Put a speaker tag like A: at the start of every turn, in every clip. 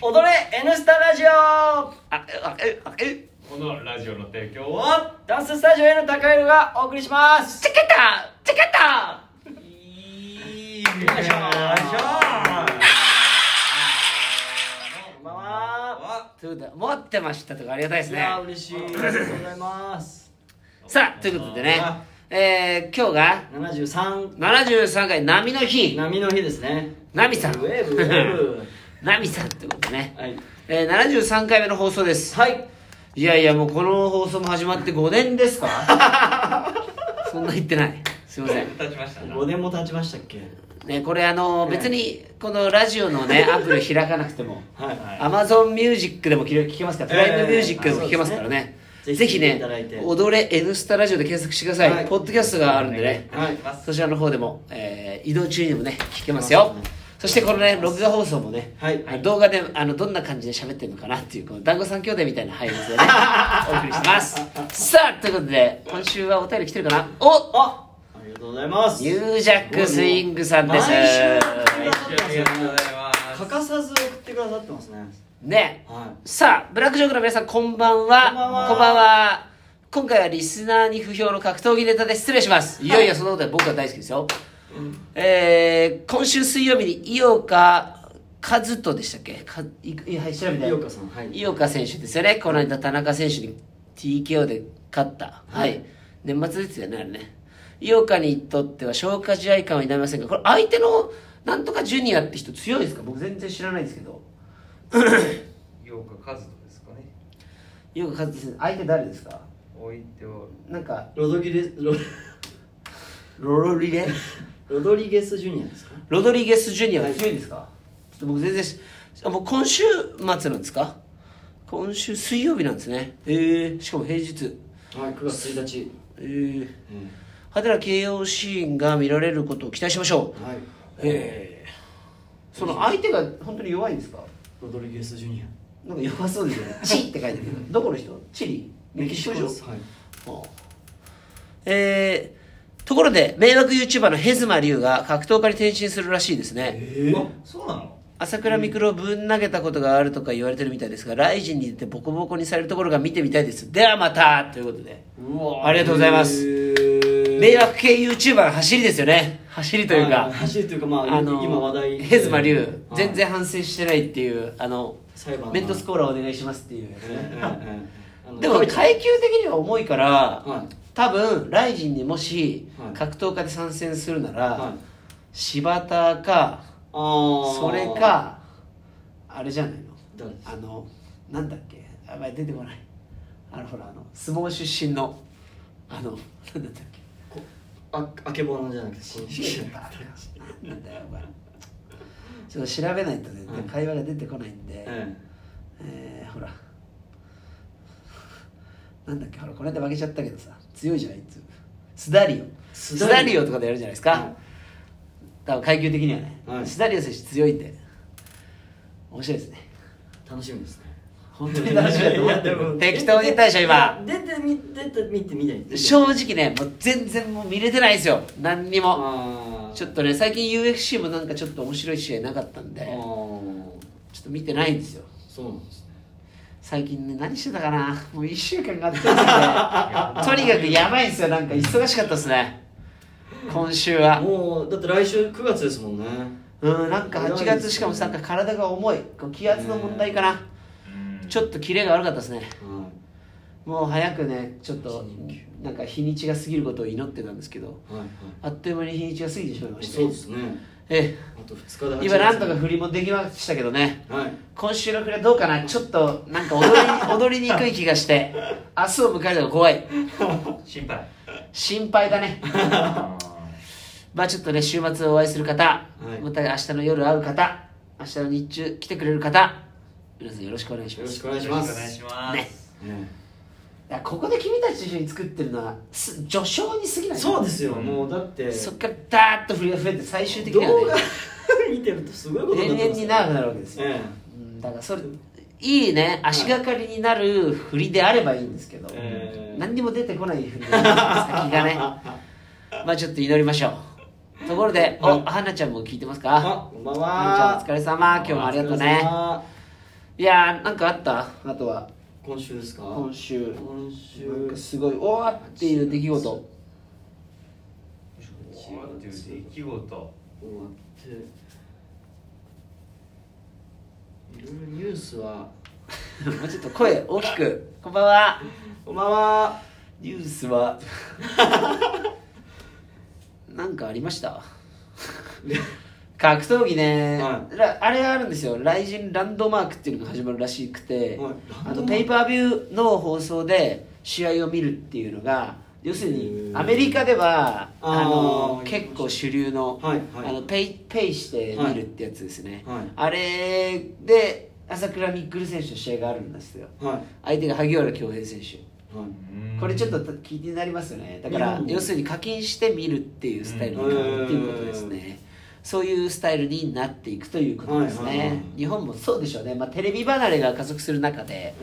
A: 踊れ N スタラジオあえあえ
B: このラジオの提供は
A: ダンススタジオへの高いのがお送りしますチケッタチケッタ
B: い
A: よ
B: い
A: いしょこんばんはということで持ってましたとかありがたいです
B: い
A: ね
B: や嬉しいありがとうございます
A: さあということでねえー、今日
C: 73
A: が73回波の日
C: 波の日ですね
A: 波さん
C: ウェーブウェー
A: 波さんってことでね、
C: ブはい、
A: えー、73回目の放送です
C: はい、
A: いやいやもうこの放送も始まって5年ですか そんな言ってないすいません
B: 立ちましたな
C: 5年も経ちましたっけ
A: ね、これあの別にこのラジオのねアプリ開かなくても
C: はいはい
A: Amazon ミュージックでも聞けますからプ
C: ええ
A: ライムミュージックでも聞けますからね,、
C: そうです
A: ぜ
C: ねぜひ聞
A: ひ
C: いてい
A: ね
C: ただいて
A: 「踊れ N スタラジオ」で検索してください、
C: はい
A: ポッドキャストがあるんでね
C: はい
A: そちらの方でも、えー移動中にもね聞けますよそしてこのね録画放送もね、
C: はい
A: あの動画であのどんな感じで喋ってるのかなっていうこの団子三兄弟みたいな 配列でねお送りしてますさあということで今週はお便り来てるかなお
C: あありがとうございます
A: ニュージャックスイングさんです
C: 毎週
B: 毎週ありがとうございます
C: 欠かさず送ってくださってますね
A: ね
C: は
A: さあブラックジョークの皆さんこんばんは
C: こんばんは
A: は今回はリスナーに不評の格闘技ネタで失礼しますいやいやそんなことは僕は大好きですよ、えー、今週水曜日に井岡和人でしたっけかいいはい調べて
C: 井岡さんはい
A: 井岡選手ですよねこの間田中選手に TKO で勝ったはい、年末ですよねあれね井岡にとっては消化試合感は否めませんがこれ相手のなんとかジュニアって人強いですか僕全然知らないですけど
B: ようか和人ですかね
A: 井岡和人選手相手誰ですか
B: 置いてお
A: なんか
C: いロドギレスロ
A: ロロリレ
C: ロドリゲスジュニアですか
A: ロドリゲスジュニアが強いんですかちょっと僕全然しあもう今週末なんですか今週水曜日なんですねえー、しかも平日
C: はい9月1日、
A: えー、
C: うん
A: 派手な KO シーンが見られることを期待しましょう
C: はい
A: えー、その相手が本当に弱いんですか
C: ロドリゲスジュニア
A: なんか弱そうですねチって書いてあるけどどこの人チリメキシコ人
C: ですはい
A: えー、ところで迷惑 YouTuber のヘズマリュウが格闘家に転身するらしいですね
C: えー、
B: そうなの
A: 朝倉未来をぶん投げたことがあるとか言われてるみたいですが、ライジンに出てボコボコにされるところが見てみたいです。ではまたということで。
C: うわ
A: ありがとうございます迷
C: 迷
A: 惑系 YouTuber の走りですよね。走りというか。
C: 走るというかまあ、
A: あの
C: 今話題
A: ヘズマリュウ
C: はい
A: 全然反省してないっていう、あの、
C: 裁判の
A: メントスコーラお願いしますっていうやつ
C: ええ
A: ね。
C: ええええ
A: でも階級的には重いから、
C: はい
A: 多分、ライジンにもし
C: はい
A: 格闘家で参戦するなら、
C: はい
A: 柴田か、
C: あー
A: それか、あれじゃないの
C: 誰です
A: あのなんだっけやばい出てこないあのほらあの相撲出身のあのなんだったっ
C: こああけぼのじゃなくて新
A: け
C: 式
A: なんだよお前ちょっと調べないとね、
C: はい
A: 会話が出てこないんで、
C: え
A: えーほらなんだっけほらこの間負けちゃったけどさ強いじゃないいつもスダリオ
C: ス
A: ス
C: ダリオ
A: ダリオとかでやるじゃないですか、
C: はい
A: 多分階級的にはね、
C: はい
A: スダリオ選手強いんで面白いですね
C: え楽しみですね
A: 本当に楽しみだと思って
C: いやいやで
A: る
C: も
A: 適当に言ったでしょ今
C: 出てみ出てみてみたいです
A: 正直ねもう全然もう見れてないんですよ何にも
C: あ
A: ちょっ
C: と
A: とね最近 UFC もなんかちょっと面白い試合なかったんで
C: あ
A: ちょ
C: ー
A: っと見てないんですよ
C: そうなんですね
A: 最近ね何してたかなもう1週間があって とにかくやばいんですよなんか忙しかったですね今週は
C: もうだって来週9月ですもんね
A: うんなんか8月しかもさなんか体が重いこう気圧の問題かなちょっとキレが悪かったですね
C: は
A: もう早くねちょっとなんか日にちが過ぎることを祈ってたんですけど
C: いはいは
A: あっという間に日にちが過ぎてしまいま
C: い
A: した
C: そうですね
A: え
C: あと2日
A: え
C: で
A: 今なんとか
C: は
A: 振りもできましたけどね
C: い
A: 今週の暮れどうかなちょっとなんか踊 り踊りにくい気がして明日を迎えるのが怖い
B: 心配
A: 心配だねまあちょっとね週末お会いする方、
C: い
A: また明日の夜会う方明日の日中来てくれる方皆さんよろしくお願いし
C: よ
A: ま
C: ろ
A: す
C: しくお願いします
B: よろしくお願いします
C: ね
A: だからここで君たちと一緒に作ってるのはす序章に過ぎない
C: そうですよもうだって
A: そっからダーッと振りが増えて最終的に
C: 動画
A: はね
C: 見てるとすごいこと
A: 年
C: になってますね
A: 々に長くなるわけですよ、
C: え
A: うんだからそれいいね足がかりになる振りであればいいんですけど、
C: ええ
A: 何にも出てこない振りで先が ねまあちょっと祈りましょうところでお
C: はい
A: はなちゃんも聞いてます
C: あ
A: か
C: こんばん
A: はなちゃん
C: は
A: お疲れ様今日もありがとうね
C: お疲れ様
A: いやーなんかあったあとは
C: 今週ですか
A: 今週
C: 今
A: なん
C: 週
A: かすごいおーっていう出来事
B: 終わってる出来事
C: 終わっていろいろニュースは
A: もうちょっと声大きくこんばんは
C: こんばんは
A: ニュースは なんかありました格闘技ね、
C: は
A: らあれがあるんですよ雷神ランドマークっていうのが始まるらしくて、
C: はい
A: あ
C: ランドマー
A: の
C: ク
A: ペイパービューの放送で試合を見るっていうのが要する
C: へ
A: に
C: ー
A: アメリカでは
C: あー
A: あの
C: はい
A: 結構主流の,、
C: はいはい
A: あのペイペイして見るってやつですね、
C: はい
A: あれで朝倉未来選手の試合があるんですよ
C: はい
A: 相手が萩原恭平選手
C: はい
A: これちょっと気になりますよねだから
C: うん
A: 要するに課金して見るっていうスタイルに変わるっていうことですねそういうスタイルになっていくということですね、
C: はいはいはい
A: 日本もそうでしょうね、まあ、テレビ離れが加速する中で
C: え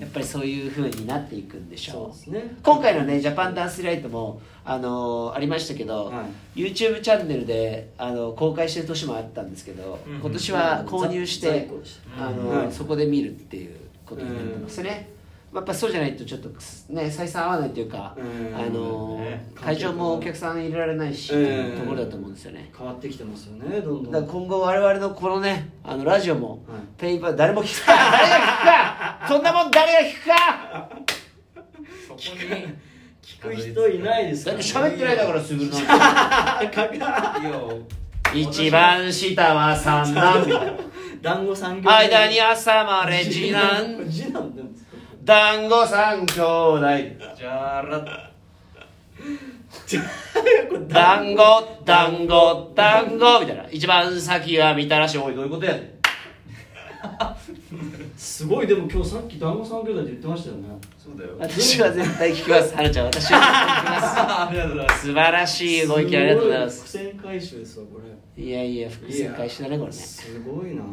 A: やっぱりそういう風になっていくんでし
C: ーそう
A: ょ
C: です
A: う
C: ね
A: 今回のねジャパンダンスライトも、あのーありましたけど、
C: は
A: YouTube チャンネルで、あの公開してる年もあったんですけど、
B: うんうん
A: 今年は購入して、
C: 在庫でし
A: あの
C: はい
A: そこで見るっていうことになってますね、やっぱそうじゃないとちょっとね採算合わないというか、
C: うん
A: あの
B: ね
A: 会場もお客さん入れられないし、
C: うん
A: ところだと思うんですよね、
C: 変わってきてますよねどんどん
A: だから今後我々のこのねあのラジオも、
C: はい
A: ペイパー誰も聞くか誰が聞くかそんなもん誰が聞くか
B: そこに
C: 聞く人いないですか
A: だっ
C: ら
A: て
C: ね
A: 喋ってないだからすぐな
B: いや
A: 一番下は三男みたいな
C: 団子産業
A: 間に挟まれ次男
C: 次男なんですか
A: 団子三兄弟
B: じゃら
A: 団子団子団子みたいな一番先はみたらしおいどういうことやねん
C: すごいでも今日さっき団子三兄弟って言ってましたよね
B: そうだよ
A: 私は絶対聞きますはるちゃん私は絶対聞き
B: ありがとうございま
A: ます素晴らしいご意見ありがとうございます
C: すごい伏線回収ですわこれ
A: いやいや伏線回収だねこれね
C: すごいな
B: す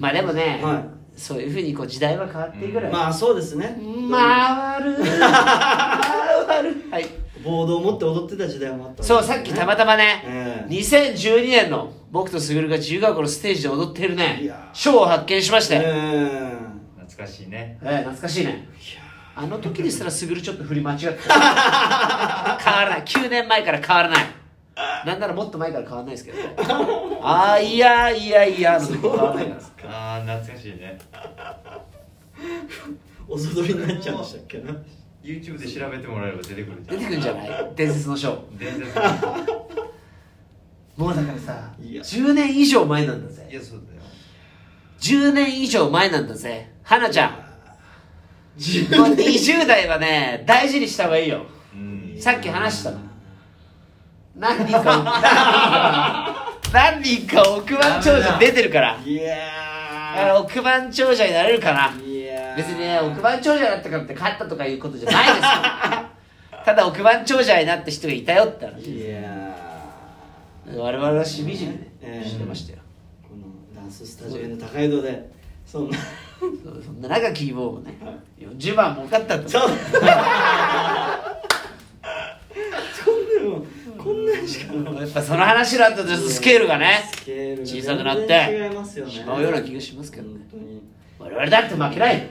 A: まあでもね、
C: は
A: そういうふうにこう時代は変わっていくから、
C: まあそうですね
A: 回る回るはい
C: ボードを持って踊ってた時代もあった
A: そうさっきたまたまね、
C: ええ
A: 2012年の僕と卓が自由が丘のステージで踊ってる
C: い
A: ね
C: や
A: ショーを発見しまし
C: え
A: たよ、
B: 懐かしいね
A: ええ懐かしいねあの時ですらすぐるちょっと振り間違ってた 変わらない9年前から変わらないなんならもっと前から変わらないですけどねああいやいやいやの時変わらないから
B: ああ懐かしいね
C: お踊りになっちゃいましたっけな
B: YouTube で調べてもらえば出てくるじ
A: 出
B: ゃん
A: てくんじゃない伝説のショー
B: 伝説の
A: もうだからさ
C: いや
A: 10年以上前なんだ
B: い
A: ぜ
B: やそうだよ
A: 10年以上前なんだぜ花ちゃん
C: 自
A: もう20代はね大事にした方がいいよ
B: うん
A: さっき話したの何人か何人か億万長者出てるから
C: い
A: だから
C: や
A: 億万長者になれるかな
C: ーいやー
A: 別にね億万長者だったからって勝ったとかいうことじゃないです よただ億万長者になった人がいたよって話
C: いや
A: 我々はしみじみ
C: え
A: ね
C: え
A: してましたよ
C: ーこのダンススタジオの高い度でそんな
A: そうそんな中キーボーもね40万儲かったと
C: そうそんなのこんなんしか
A: やっぱその話だとちょっとスケールがね
C: スケールが
A: 小さくなって
C: 全然違いますよね
A: しまうような気がしますけどね
C: 本当に
A: 我々だって負けない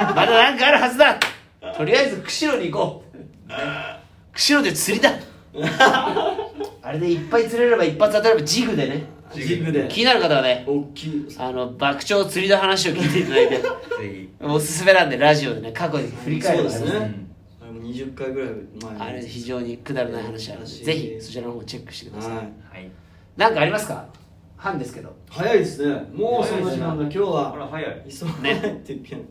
A: まだなんかあるはずだとりあえず釧路に行こう、ね、釧路で釣りだあれでいっぱい釣れれば一発当たればジグでね
C: ジグで
A: 気になる方はね
C: 大きい
A: あの爆鳥釣りの話を聞いていただいて
B: ぜひ
A: おすすめなんでラジオでね過去に振り返るのがありま
C: そ
A: す
C: うです
B: う
C: ね
B: ん
C: あれも20回ぐらい前に
A: あれ非常にくだらない話なのでぜひそちらの方チェックしてください、
C: はい
B: はい
A: なんかありますか半ですけど
C: 早いですねもうそんな時間だ今日
B: あら
C: は
B: 早い
C: 急がないってピアノ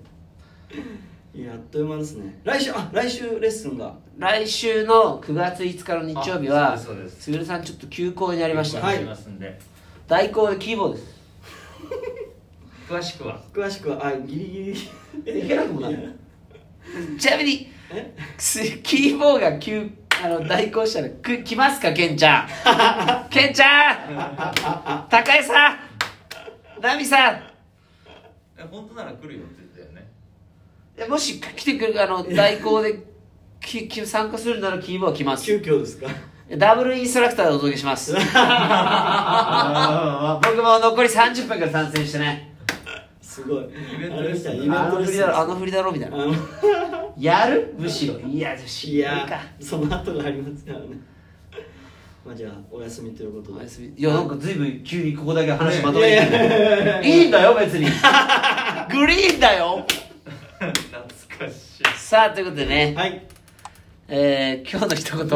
C: いやあっという間ですね来週あ来週レッスンが
A: 来週の9月5日の日曜日は
B: あそうですそうです
A: すぐるさんちょっと休校になりました、
C: はい
B: ありますんで
A: 代行でキーボードです
B: 詳しくは
C: 詳しくはあギリギリ
A: えいけなくもないちなみに
C: え
A: すキーボードが休あの代行したらく来ますかケンち ゃんケンち ゃん高江さんナミさん
B: え本当なら来るよって言ったよね
A: えもし来てくれるあの代行できき参加するならキーボード来ます
C: 急遽ですか
A: ダブルインストラクターでお届けします 僕も残り30分から参戦してね
C: すごい
B: ベント
C: あれみたいイベン
A: あ
C: ト
A: の
C: レッス
A: 振り
C: ン
A: だろあの振りだろみたいな
C: あの
A: やるむしろいやじゃあし
C: い
A: ないか
C: やその後がありますからねまあじゃあお休みということ
A: お
C: で
A: やすみいやなんか随分急にここだけ話まとめ
C: い
A: て
C: や
A: き
C: い
A: て
C: やいやいや
A: いいんだよ別に グリーンだよ
B: 懐かしい
A: さあということでね、
C: はい
A: えー今日の一言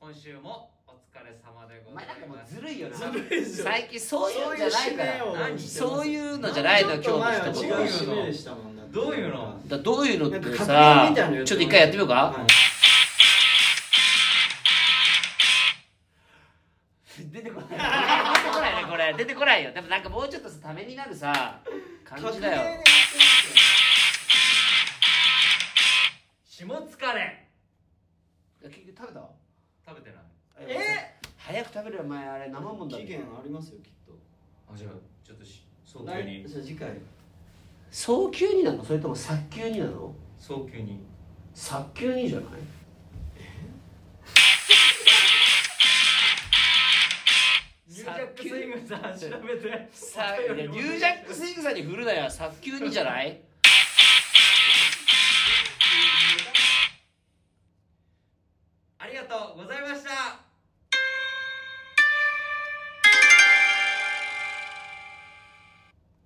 B: 今週もお疲れ様で
A: お
B: ご
A: 前
B: ざい
A: なんかも
B: ま
A: う
B: す
A: ずるいよな
C: ずるいっすよ
A: 最近そういうんじゃないから
C: そういう締めを
A: 何
C: してます
A: そういうのじゃないのよ今
C: ちょっと前は
A: 日の一言
C: 違う締
A: だか
C: めでしたもんだって
B: どういうの
A: らどういうの
C: な
A: っ
C: んか
A: て
C: 確認
A: さ
C: みたいなのやってもらう
A: ちょっと一回やってみようか、
C: はい
A: 出てこない出てこないねこれ出てこないよでもなんかもうちょっとさためになるさ感じだよ
B: 下疲れ
A: 結局食べた
B: 食べてない
C: え
A: 早く食べるよお前あれ生もんだ
C: 期限ありますよきっと
B: あじゃあちょっとし早急
C: 来
B: に
C: じゃあ次回
A: 早急になのそれとも早急になの
B: 早急に
A: 早急にじゃない
B: ニュージャックスイングさん調べて
A: さいやニュージャックスイングさんに振るなよ早急にじゃない